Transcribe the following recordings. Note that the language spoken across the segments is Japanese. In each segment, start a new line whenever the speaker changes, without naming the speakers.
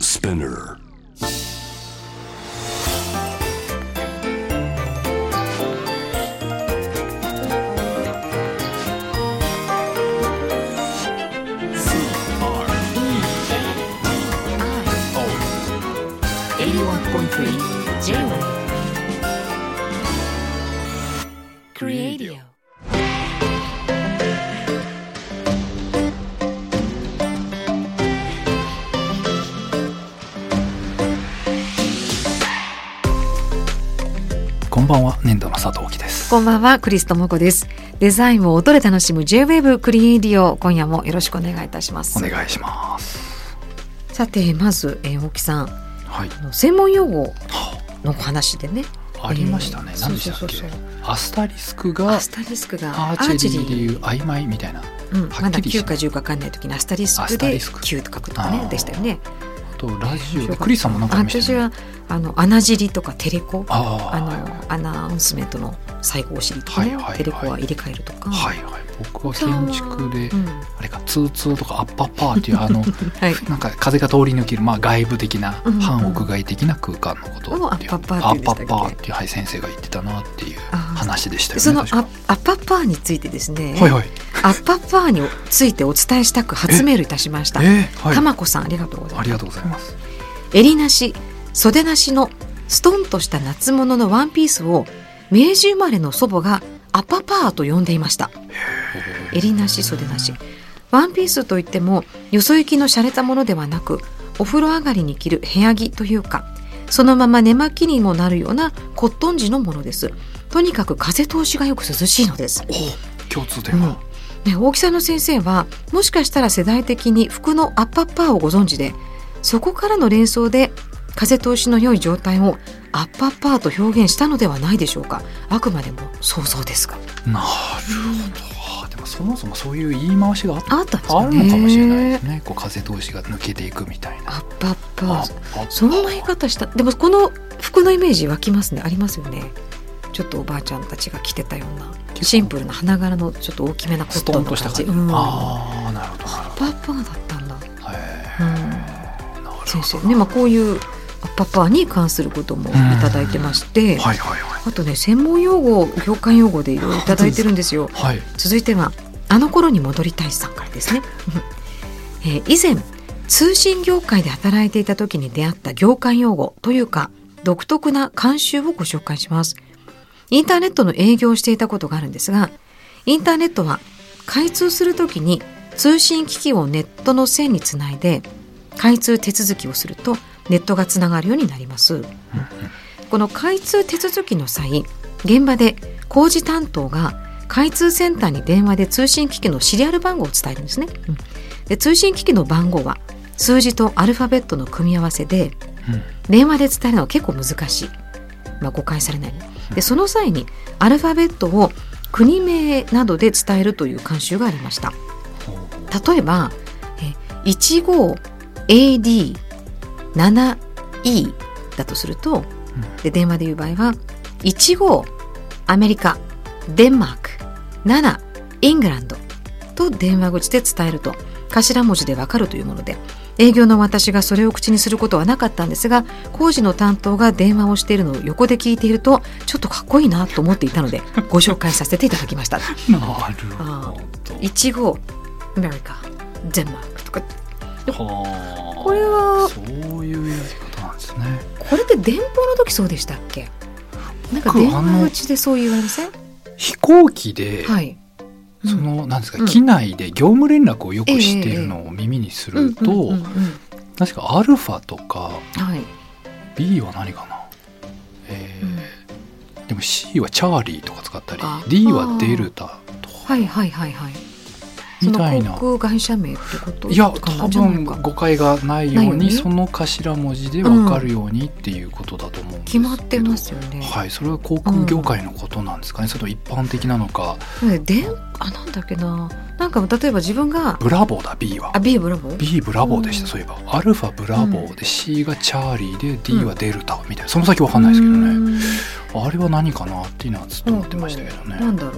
Spinner.
81.3 J-Wave
Creadio.
こんばんは、粘土の佐藤貴です。
こんばんは、クリストモコです。デザインを音で楽しむ J-Wave クリエイディオ、今夜もよろしくお願いいたします。
お願いします。
さて、まず、えー、大木さん、
はい。
あの専門用語
は
のお話でね、
あありましたね。
えー
何でしたっけ
そうそうそう
アスタリスク
ア
が
スタリスクが
アー
アー
チ
チ
ェ
ェ
リー
リ
でい
ー、
う曖昧みたいな。
うん、
は
ま
っ
だ
きりし
9か10か分かんない時にアスタリス
ア
ク
スタ
で
リスク
9と書くとか
あー
ね、でしたよね。
あと、ラジオで、クリスさんもなんかあ
あ
りまし
私
たね。
は、あの、穴尻とかテレコ、あ
ああ、はい
の、アナウンスメントの最後を知りとか
はい
ね
はいはい、
テレコは入れ替えるとか。
はい。僕は建築で
う、ん
あれか、ツーツーとかアッパッパーっていう、あ の、
はい。
なんか風が通り抜ける、まあ外部的な、
うんうん
半屋外的な空間のこと
をア
ってい
ッ
う。
パッパーって言うんでしたっけ
アッパッパーっていう、はい、先生が言ってたなっていう
あー
話でしたよね。
そのア
確か
ッアッパッパーについてですね、
はいはい。
アッパッパーについてお伝えしたく初メールいたしました。
えーはい
たまこさんありがとうご
あ
ざいます
りがとうございます。
襟なし袖なしのストンとした夏物のワンピースを明治生まれの祖母がアパパーと呼んでいました襟なし袖なしワンピースといってもよそ行きの洒落たものではなくお風呂上がりに着る部屋着というかそのまま寝巻きにもなるようなコットン地のものですとにかく風通しがよく涼しいのです
お共通点
うん
が、
ね、大木さんの先生はもしかしたら世代的に服のアッパッパーをご存知でそこからの連想で風通しの良い状態をアッパッパーと表現したのではないでしょうかあくまでも想像ですが
なるほどでもそもそもそういう言い回しがあった
あったんです
あ
か
る
ね
のかもしれないですねこう風通しが抜けていくみたい
ア
な
ッパッパ
あ
ー
あ
そんな言い方したでもこの服のイメージ湧きますねありますよねちょっとおばあちゃんたちが着てたような
構
シンプルな花柄のちょっと大きめなコ
ス
ッ
ト
トン
ン
の
とした
感
感じ、
じうんアッ
ああなるほどなるほ
パッパーだったんだ、
どへ
うん
えなるほど
先生ね、まあ、こういうパパに関することもいただいてまして、
はいはいはい
あとね専門用語業界用語でいろいろいただいてるんですよ
はい
続いてはあの頃に戻りたいさんからですね、 えー以前通信業界で働いていた時に出会った業界用語というか独特な慣習をご紹介しますインターネットの営業をしていたことがあるんですがインターネットは開通する時に通信機器をネットの線につないで開通手続きをするとネットがつながるようになりますこの開通手続きの際現場で工事担当が開通センターに電話で通信機器のシリアル番号を伝えるんですね、で通信機器の番号は数字とアルファベットの組み合わせで
うん
電話で伝えるのは結構難しい、まあ、誤解されないようにでその際にアルファベットを国名などで伝えるという慣習がありました
ほう
例えばえ 15AD7E だとすると、
ん
で電話で言う場合は15アメリカデンマーク7イングランドと電話口で伝えると頭文字でわかるというもので営業の私がそれを口にすることはなかったんですが工事の担当が電話をしているのを横で聞いているとちょっとかっこいいなと思っていたのでご紹介させていただきました。
なるほ
いちごアメリカデンマークとか
どはあ
これは
そういうやり方なんですね
これって電報の時そうでしたっけなんか
僕
電
あの
話口でそう言われません
飛行機で、
はい
そのなんですか、
うん
機内で業務連絡をよくしているのを耳にすると、
うんうんうんうん
確かアルファとか
はい、
B は何かな、えー
うん
でも C はチャーリーとか使ったり
あ
D はデルタとか
はいはいはいはい
みたい
その
な
航空会社名ってこと
いや
かな
多
じゃない
分
か
誤解がないよう
ないよ
に
ね
その頭文字で分かるようにっていうことだと思うんです
決
けど、
まってますよね、
はいそれは航空業界のことなんですかね、それとも一般的なのか
ね電あなんだっけななんか例えば自分が
ブラボーだ B は
あ B ブラボー
B ブラボーでした、
うん
そういえばアルファブラボーで、C がチャーリーで D
うん
はデルタみたいなその先分かんないですけどね、
ね
あれは何かなっていうのはずっと思ってましたけどね、
なんだろう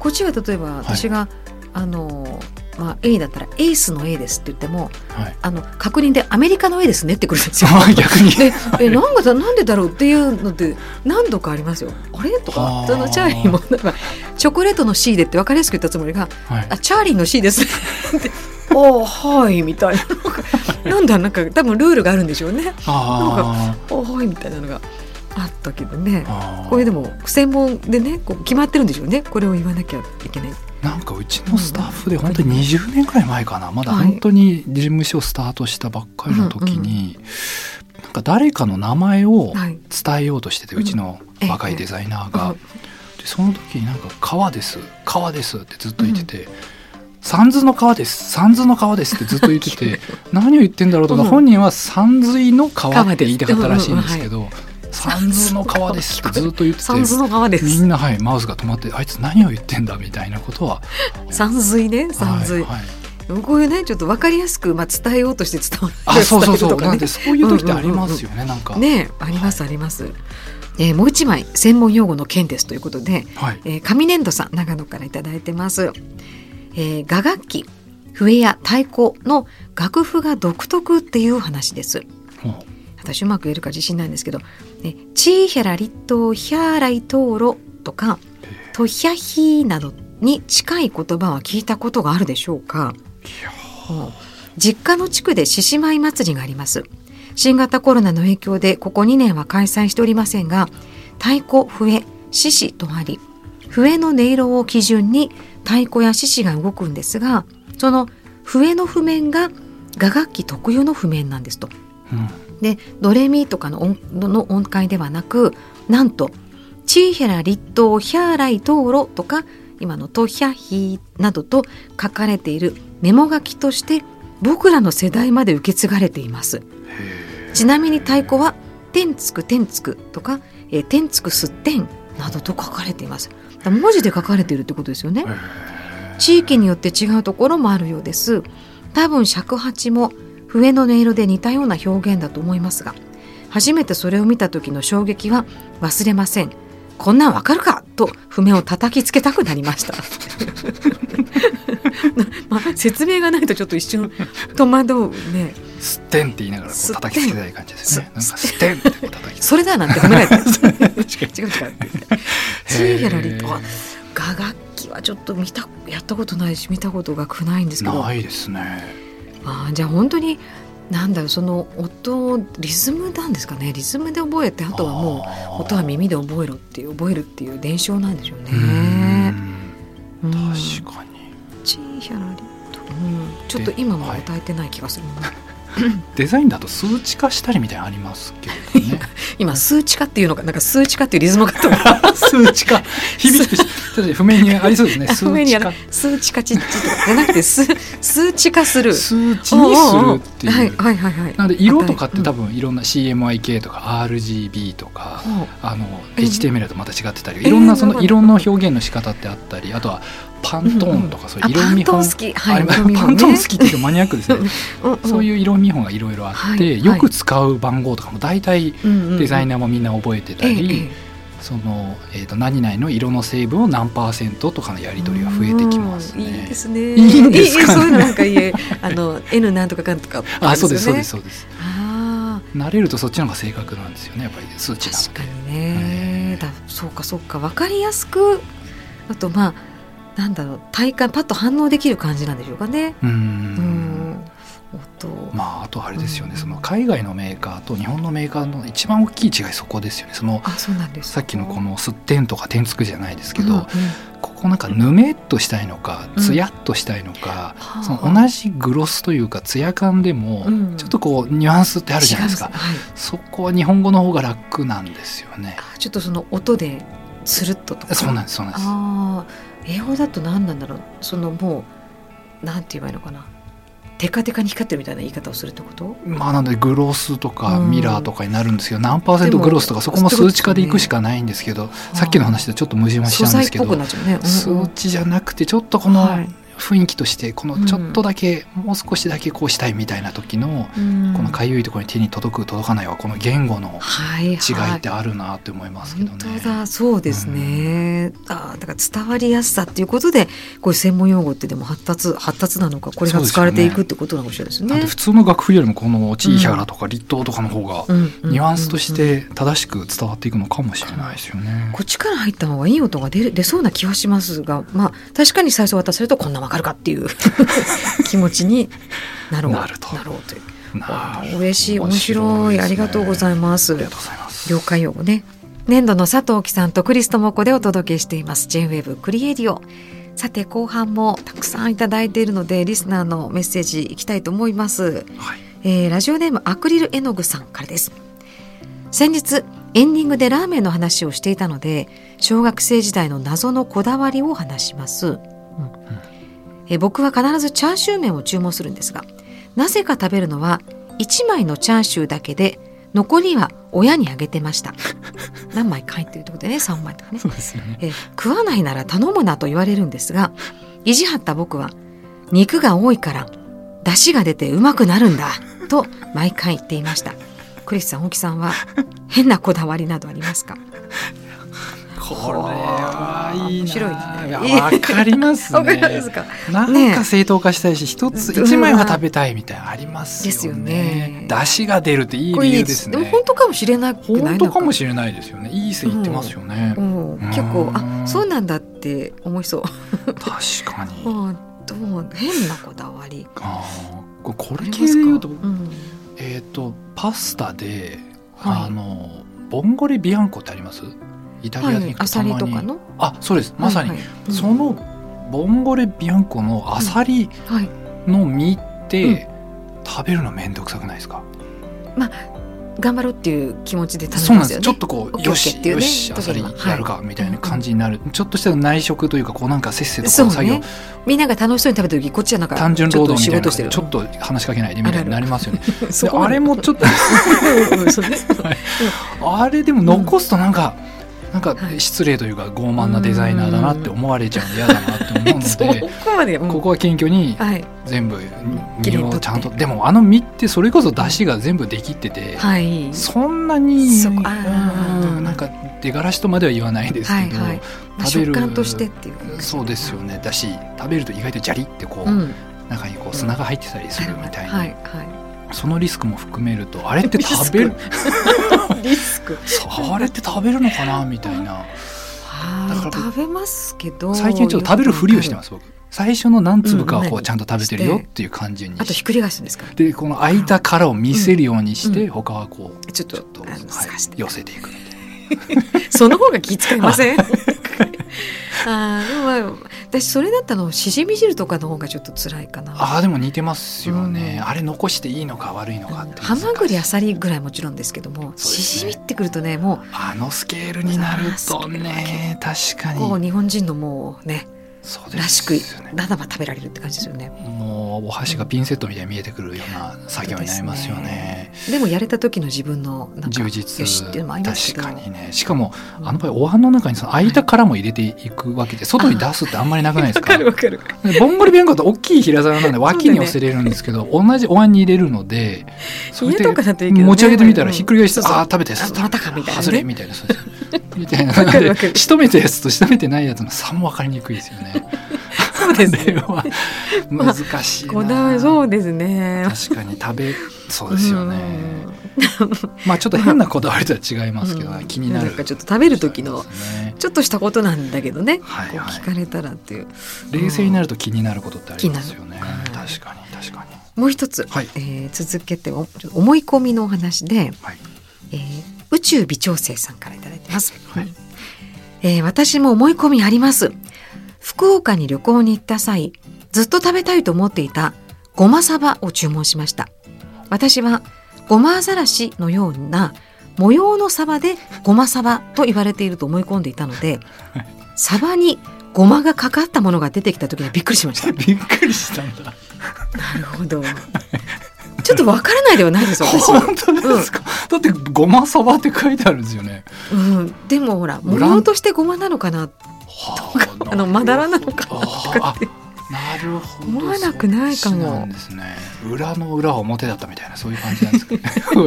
こっちが例えば
い
私が、あのまあ、A だったらエースの A ですって言っても
はい。
あの確認でアメリカの A ですねってくるん ですよ。
あ逆に。
でえなんかだなんでだろうっていうのって何度かありますよ。あれとか
はあ
そのチャーリーもなんかチョコレートの C でって分かりやすく言ったつもりが
はい。
あチャーリーの C ですって「おおはい」みたいななんだなんか多分ルールがあるんでしょうね
あ
「おーはい」みたいなのがあったけどね
ーあー。
これでも専門でねこう決まってるんでしょうねこれを言わなきゃいけない。
なんかうちのスタッフで本当に20年くらい前かなまだ本当に事務所をスタートしたばっかりの時に、なんか誰かの名前を
はい
伝えようとしてて、
うん
うちの若いデザイナーが、でその時になんか「川です川です」ってずっと言ってて。三途の川です三途の川ですってずっと言って て何を言ってんだろうとか、
うん
本人は三髄の川って言いたかったらしいんですけど、
川
三
です
途の
うんうんはい
川ですってずっと言ってて
サンズの川で
み
す
ん。な、はい、マウスが止まってあいつ何を言ってんだみたいなことは
山水ね山水、
はいはい
こういうねちょっと分かりやすく、まあ、伝えようとして 伝わらな
あ
い
そうそう
伝え
そ
る
う
とか
なんで
ね
そういう時ってありますよね、なんか、
ねありますあります、えーもう一枚専門用語の件ですということで、
はい
えー上粘土さん長野からいただいてます、えー、雅楽器笛や太鼓の楽譜が独特っていう話です
も
私うまく言えるか自信ないんですけど「ね、チーヒャラリットヒャーライトーロ」とか「トヒャヒー」などに近い言葉は聞いたことがあるでしょうかうん実家の地区で獅子舞祭りがあります新型コロナの影響でここ2年は開催しておりませんが太鼓笛獅子とあり笛の音色を基準に太鼓や獅子が動くんですがその笛の譜面が雅楽器特有の譜面なんですと。
ううん
でドレミとかの音の音階ではなくなんと「チーヘラ立冬ヒャーライトーロ」とか今の「トヒャヒー」などと書かれているメモ書きとして僕らの世代まで受け継がれています。ちなみに太鼓は「天つく天つく」とか「えー天つくすってん」などと書かれています。だから文字で書かれているってことですよね。地域によって違うところもあるようです多分尺八も笛の音色で似たような表現だと思いますが初めてそれを見た時の衝撃は忘れませんこんなんわかるかと譜面を叩きつけたくなりました まあ、説明がないとちょっと一瞬戸惑うね
ステンって言いながらこう
ステン
叩きつけたい感じですねなんか
ス
ステンってこう叩きつ
それだなんて褒められた違
け
う違うチーギャラリと
へー
雅楽器はちょっと見たやったことないし見たことがくないんです
け
けど
ないですね
あーじゃあ本当になんだろうその音をリズムなんですかねリズムで覚えてあとはもう音は耳で覚えろっていう覚えるっていう伝承なんでしょう
う
ね。
ん
うん
確かに
チーヒャラリと、うん、ちょっと今も歌えてない気がするな、
デザインだと数値化したりみたいなのありますけ どね
今数値化っていうのかなんか数値化っていうリズムがあったもん
数値 化響くしちょっと不明にありそうですね数
不明に
値
やら
化
数値化ちっちじゃなくて数数値化する
数値にするって
おうおうおうはいいうはいはいはい
なので色とかって多
分、
分いろんな CMYK とか RGB とか
うんほう
あの
え
HTML とまた違ってたり
え
いろんなその
なるほ
色の表現の仕方ってあったりあとはパントーンとかそういう
あ
色
パン
見
ト
本
ン好きは
あ
い
れパントーン好きっていうとマニアックですねそう
い
いう色見本がいろいろあって、
はい
よく使う番号とかも大体
うん
デザイ
ナ
ナーもみんな覚えてたり、その、えー、と何々の色の成分を何パーセントとかのやり取りが増えてきますね。
うんいいですね。
いいんですかね
いいそういうのなんかい いえ、あの N なんとかかんとか、
あそうですそうです。そうです
あ
慣れるとそっちの方が正確なんですよねやっぱり数
あ、
値なの
確か
で。
にね。だそうかそうかわかりやすく、あとまあなんだろう体感パッと反応できる感じなんでしょうかね。
うー
うんん。音。
まあ、あとあれですよね、
うん
その海外のメーカーと日本のメーカーの一番大きい違いそこですよねその
あ、そうなんです。
さっきのこの「すってん」とか「点つく」じゃないですけ
うん
ど、
うん
ここなんかぬめっとしたいのか
うん
つやっとしたいのか、
はあ
その同じグロスというかつや感でも、
うん
ちょっとこうニュアンスってあるじゃないですか
違うんはい。
そこは日本語の方が楽なんですよね。
あちょっとその音でつるっととか。
そうなんですそうなんです。
ああ英語だと何なんだろうそのもうなんて言えばいいのかなテカテカに光ってるみたいな言い方をするってこと
まあなのでグロスとか
うん
ミラーとかになるんですけど、何パーセン
で
ト
も
グロスとかそこも
そういうこと
数値化でいくしかないんですけど、さっきの話でちょっと矛盾はし
素
たんで
材っ
すけ
ぽ
ど
くなっちゃうね、うんうん
数値じゃなくてちょっとこの
はい
雰囲気としてこのちょっとだけ、もう少しだけこうしたいみたいな時の、
うん
このかゆいところに手に届く届かないはこの言語の
はいはい、
違いってあるなって思いますけど
本
ね。
当だそうですね、ああだから伝わりやすさっていうことでこういう専門用語ってでも発達発達なのかこれが使われていくってことなのかもしれないです
だっ
ね
て。普通の楽譜よりもこの地域原とか立東とかの方が
うんうん
ニュアンスとして正しく伝わっていくのかもしれないですよね
こ。っちから入った方がいい音が出る出そうな気はしますが、まあ、確かに最初渡せるとこんなわかるかっていう 気持ちになろう
なると
ろうという
なるほど
嬉しい面白い
ですね
ありがとうございます
ありがとうございます。
了解用語ね年度の佐藤貴さんとクリストモコでお届けしています J-WAVE クリエディオさて後半もたくさんいただいているのでリスナーのメッセージいきたいと思います
はい
えーラジオネームアクリル絵の具さんからです先日エンディングでラーメンの話をしていたので小学生時代の謎のこだわりを話します、うんえー僕は必ずチャーシュー麺を注文するんですがなぜか食べるのは1枚のチャーシューだけで残りは親にあげてました 何枚かいっていうところでね3枚とかね
そうですよね。
えー食わないなら頼むなと言われるんですが意地張った僕は肉が多いから出汁が出てうまくなるんだと毎回言っていましたクリスさん大木さん は変なこだわりなどありますか
これはいいな。
面白いですね
やわかります
わ
ね。
か
なんか正当化したいし、一つ
うん
一枚は食べたいみたいなのありますよね。
ですよね
出汁が出るっていい
これ
理
いい
由
で
ですす
でも
ね。
本当かもしれなくない
本当かも
し
しれないですよね。いい線いってますよね。
うん、結
う
構あ
ん
そうなんだって思いそう
確かに。
うんどう変なこだわり
あーここ
あ
れ
りま
系
すか
で言うと、
ん
えっ、とパスタで、
はい
あのボンゴレビアンコってあります？イタリ
は
アで行
いア
くと
サ
た
リ
ま
と
に、
かの
あそうですまさに、
はいはいうん
そのボンゴレビアンコのアサリ
はい
の身って、食べるのめんどくさくないですか？
頑張ろうっていう気持ちで頼
そう
みま
なん
す
で
よ
す。
ね
ちょっとこ
オッ
う
ケー
よ
オッケー
し
っていう
よ
ね
しアサリ
時には
やるかみたいな感じになる、ちょっとした内食というかこうなんかせっせとこう作業、
ね、みんなが楽しそうに食べた時こっちはなんか
単純労働みたいな
ちょっと仕事してる
ちょっと話しかけないでみたいになりますよね。
そこ
で
ま
あ
で
れもちょっと
うんうんそうね
あれでも残すとなんか、なんか失礼というか傲慢なデザイナーだなって思われちゃうの嫌だなって思う
そ
ので。
こまで、うん
ここは謙虚に
はい
全部身をちゃん
切り取
と
っ
でもあの身ってそれこそ出汁が全部できってて、
はい
そんなに
そこあー
うんなんか出がらしとまでは言わないですけど、
はいはいまあ、
食べ
食
る
感としてっていう感じ
そうですよねだし食べると意外とジャリってこう、
うん
中にこう砂が入ってたりするみたいな、
はいは
そのリスクも含めるとあれって食べる
い リスク
あれって食べるのかなみたい な。だから
はい食べますけど
最近ちょっと食べるふりをしてます僕最初の何粒かはこ
う
うんちゃんと食べてるよっていう感じに
あとひっくり返すんですか
でこの空いた殻を見せるようにして、
うん
他はこう
ちょっと
ちょっと、
あの
はい
透かして
寄せていくみたい
その方が気遣いません あーでもまあ私それだったのしじみ汁とかの方がちょっと辛いかな
なあーでも似てますよね、
うん
あれ残していいのか悪いのかって
ハマグリ
あ
アサリぐらいもちろんですけども、
そうです
し
ね
じみってくるとねも
のスケールになるとね確か
うこう
に
日本人のもうね
そうで
らしく
すよね
ならば食べられるって感じですよね
もうお箸がピンセットみたいに見えてくるような作業になりますよね
でもやれた時の自分のなんか
充実
よしっていうのもありますけ
確
ど
かにねしかもあの場合お椀の中にその空いた殻も入れていくわけで外に出すってあんまりなくないです か
わかるわかる
でボンゴレビアンコって大きい平皿なんで脇に寄せれるんですけど、同じお椀に入れるのでそれ
家
で
とかだといいけどね
持ち上げてみたらひっくり返して、
うんそうそう
ああ食べたやつ
あまたかみたいなね
外れみたいなそうですみたいな
わかるわかる
で仕留めたやつと仕留めてないやつの差も分かりにくいですよね。そう ですね。は
まあ
難しいな。
こだわりそうですね
確かに食べそうですよね。
うん
まあちょっと変なこだわりとは違いますけど、
うん
気になる。
なんかちょっと食べる時の
そうですね
ちょっとしたことなんだけどね、
はい
こう
はい
聞かれたらっていう
冷静になると気になることってありますよね。
気になるはい
確かに確かに。
もう一つ、
はい
えー続けておちょっと思い込みのお話で、
はい。
えー宇宙微調整さんからいただいてます、
はい
えー私も思い込みあります福岡に旅行に行った際ずっと食べたいと思っていたごまサバを注文しました私はごまアザラシのような模様のサバでごまサバと言われていると思い込んでいたのでサバにごまがかかったものが出てきた時にはびっくりしました
びっくりしたんだ。
なるほどちょっとわからないではないです私、
本当ですか、だってごまさばって書いてあるんですよね。
うん、でもほら模
ブラ
様
ン
としてごまなのかな
は
あのまだらなのかな
ああなるほど
思わなくないかも
そうなんですね裏の裏は表だったみたいなそういう感じなんですかね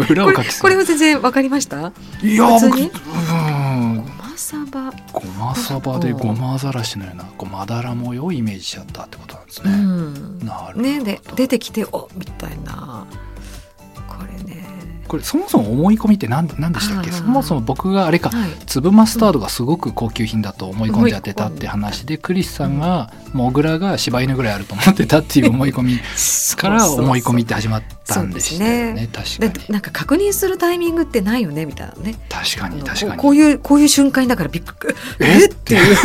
裏を
こ
書
れ
きそ
こ
う
れは全然わかりました
いやー
普通
僕う
に
ーん
マサバ、
ごまさばでごまアザラシのようなごまだら模様をイメージしちゃったってことなんです
う
ね、
ん
なるほど
ね、で出てきておみたいなこれね
これそもそも思い込みって何何でしたっけ
あー
そもそも僕があれか
はい
粒マスタードがすごく高級品だと思い込んじゃってたって話でクリスさんがモグラが柴犬ぐらいあると思ってたっていう思い込みから思い込みって始まったんでしたよね確か
で
に
なんか確認するタイミングってないよねみたいなね
確かに
あの
確か
こう
に
こういうこういう瞬間だからびっくり
え
えっていう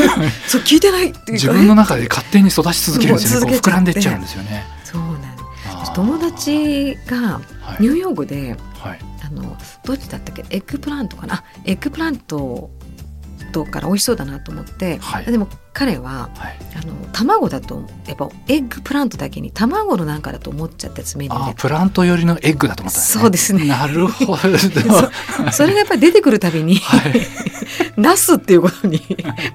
そう聞いてないっていう
自分の
え
中で勝手に育ち続けるんですよね
も
こ
う
う
続け
膨
ちゃ
ら
っ
ん
て
でっちゃうんですよね
そうなんです
あー
友達が
はい
ニューヨークで
はい
あのどっちだったっけエッグプラントかなあエッグプラントとから美味しそうだなと思って、
はい
でも彼は
はい
あの卵だとやっぱエッグプラントだけに卵のなんかだと思っちゃってメニュ
あ
ー
ー
で
プラント寄りのエッグだと思ったんですね
そうですね
なる ほど
それがやっぱり出てくるたびに、
はい
ナスってい うことに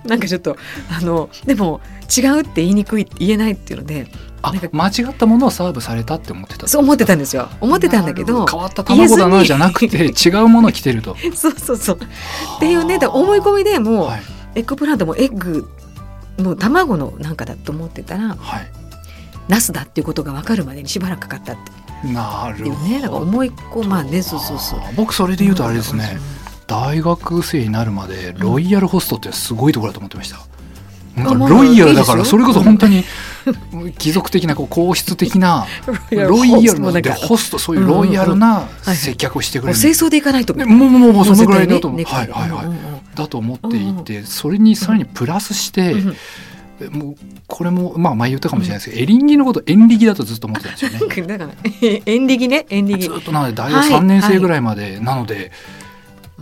なんかちょっとあのでも違うって言いにくい言えないっていうので
あ
なんか
間違ったものをサーブされたって思ってた
そう思ってたん
で
ですよ思ってたんだけど
変わった卵だ
言えず
な
に
じゃなくて違うもの来て るとっ
そうそうそうっていうねだから思い込みでもう、
はい
エッグプラントもエッグもう卵のなんかだと思ってたら
はい
ナスだっていうことが分かるまでにしばらくかかったって
なる
いう
ほど
ねだから思い込まあねそうそうそう
あ。ー僕それで言うとあれです ね大学生になるまでロイヤルホストってすごいところだと思ってましたなん
ま
か
あ
ロイヤルだか
いい
ら
です
そ
よ
れこそ本当に貴族的なこう皇室的なロイヤル
もう
な
なんん
で
か
ホストそういうロイヤルな接客をしてく
もう
れる
清掃でいかないと
ねもうもうもうそのぐらいだと
も
思
う
う
絶対
はい
ね
はいはい
うんうん
だと思っていてそれにさらにプラスして
うんうん
もうこれもまあ前言ったかもしれないですけどエリンギのことエンリギだとずっと思ってたんですよね
なんかだから えエンディギねエンディギ
ずっとなので大
はい
学3年生ぐらいまでなので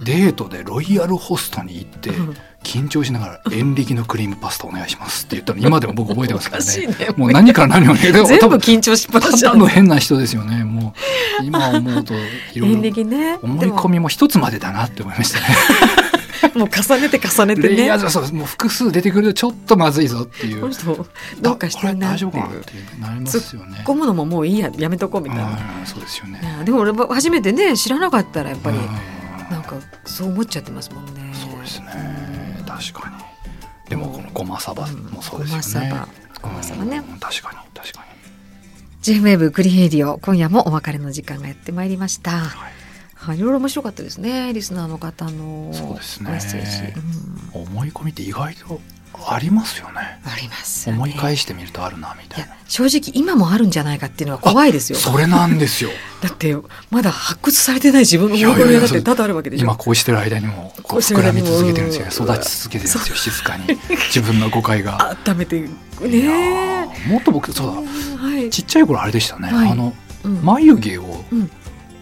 デートでロイヤルホストに行って
うん
緊張しながら「エンリギのクリームパスタお願いします」って言ったの今でも僕覚えてますか
お
ら
かしい
ね
ね
もう何から何をねでも
全
多
部
分
緊張しっぱなした
だの変な人ですよねもう今思うといろ
エンデ
い
ィ
ろ
ギね
思い込みも一つまでだなって思いましたね。
でももう重ねて重ねて
レイヤ
ね
ーズはそうもう複数出てくるとちょっとまずいぞっていう
この人どうかしてん
あこれ
な
大
ってい
丈
う
夫かなっ
突って
いうなりますよね。
込むのももういいややめとこうみたいな
うんそうですよね。
ねでも俺は初めてね知らなかったらやっぱり
うん
なんかそう思っちゃってますもんね
そうですね確かにでもこのごまさばもそう
ごま
です
さ
よね
ばごまさばね
うん確かに確か
J-WAVE クリヘイディオ今夜もお別れの時間がやってまいりました、
はい
はい、いろいろ面白かったですねリスナーの方のメ
そうですね
ッセージ、うん
に思い込みって意外とありますよね
ありますよね
思い返してみるとあるなみ
い
たい
や
な
正直今もあるんじゃないかっていうのは怖いですよ
それなんです よ
だってまだ発掘されてない自分の思い込みがだって多々あるわけでしょ
今こうしてる間にもこ
こ
う
うしてる
膨
間
ら
に
み
も
続けてるんですよ
う
ね
ん
育ち続けてるんですよ静かに自分の誤解が
温めてね
いやーもっと僕そうだ
はい、
ちっちゃい頃あれでしたね
はい
あの
うん
眉毛を
うん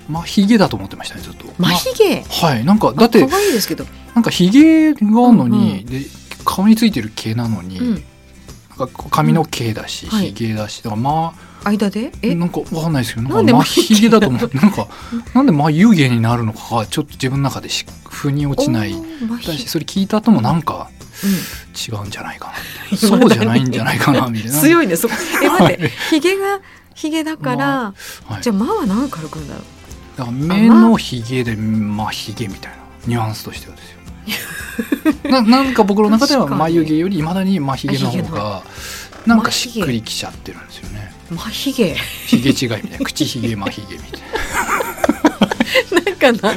まひげだと思ってましたねずっと
真ひげ
はいなんかだって
可愛いですけど、
なんかひげがあるの
うんう
に、で顔についてる毛なのに、
うん、
なんか髪の毛だし、
うんはい
ひげだしだからま
間で
あ
え
なんかわかんないですけど
な
なんん
で
か
ま
ま
あ
ひげだと思うなんかなんで眉毛になるのかがちょっと自分の中でし腑に落ちない
おー真
だし
ひ
それ聞いた後もなんか
げ
違うんじゃないかな
うん
そうじゃないんじゃないかなみたいな
強いねそこえ待って
はい
ひげがひげだから、
まはい、
じ
だ
ゃ
か
あ「ま」は何から来るんだろう
ら目のひげでまあひげみたいなニュアンスとしてはですよななんか僕の中では
確かに
眉毛よりいまだにまあひげの方がなんかしっくりきちゃってるんですよね
「まひげ」
ひげ違いみたいな口ひげまひげみたいな
なんかのあ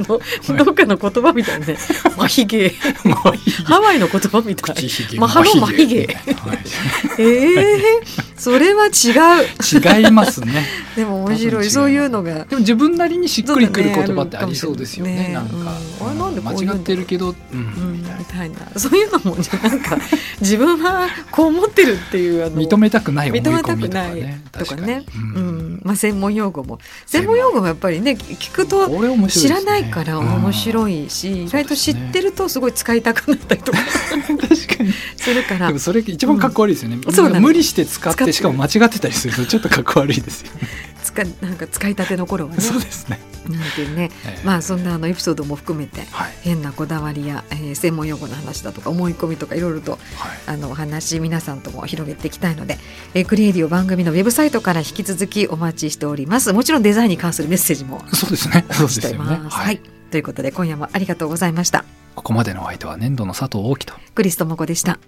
のどっかの言葉みた いね「まひげ」
まひげ
ハワイの言葉みたい
口ひげ
マハロマヒゲええそれは違う
はい違いますね
でも面白いそういうのが
でも自分なりにしっくりくる言葉って
そうだ
あ
ね
りそうですよね
あ
な
る
ん
かもしれない
か間違
ね、うんあれなんでこういうんだ
ってるけど、う
うん
み
ん
たいな
みたいなそういうのもなんか自分はこう思ってるっていうあの
認めたくない思い
認め
込
た
み
く
とか
ない
ね
とか
確
ね
に
う
うん
んまあ専門用語も専門用語もやっぱりね聞くと
これ面白いですね
知らないから面白いし、意外と知ってるとすごい使いたくなったりとか
確かに
するから
でもそれ一番かっこ悪いですよね、
うんそうなの
無理して使っ
使っ
て
て
しかも間違ってたりするとちょっとかっこ悪いですよね
つかなんか使いたての頃はね
そうですね
なんていうね、
えー
まあそんなあのエピソードも含めて
はい
変なこだわりや、えー専門用語の話だとか思い込みとかいろいろと
はい
あのお話皆さんとも広げていきたいので、えークリエイディオ番組のウェブサイトから引き続きお待ちしておりますもちろんデザインに関するメッセージも
そうです ね。そうで
して
す
い
よ
ま
ね。
す、
は
はいい。ということで今夜もありがとうございました
ここまでのお相手は年度の佐藤大樹と。
クリストモコでした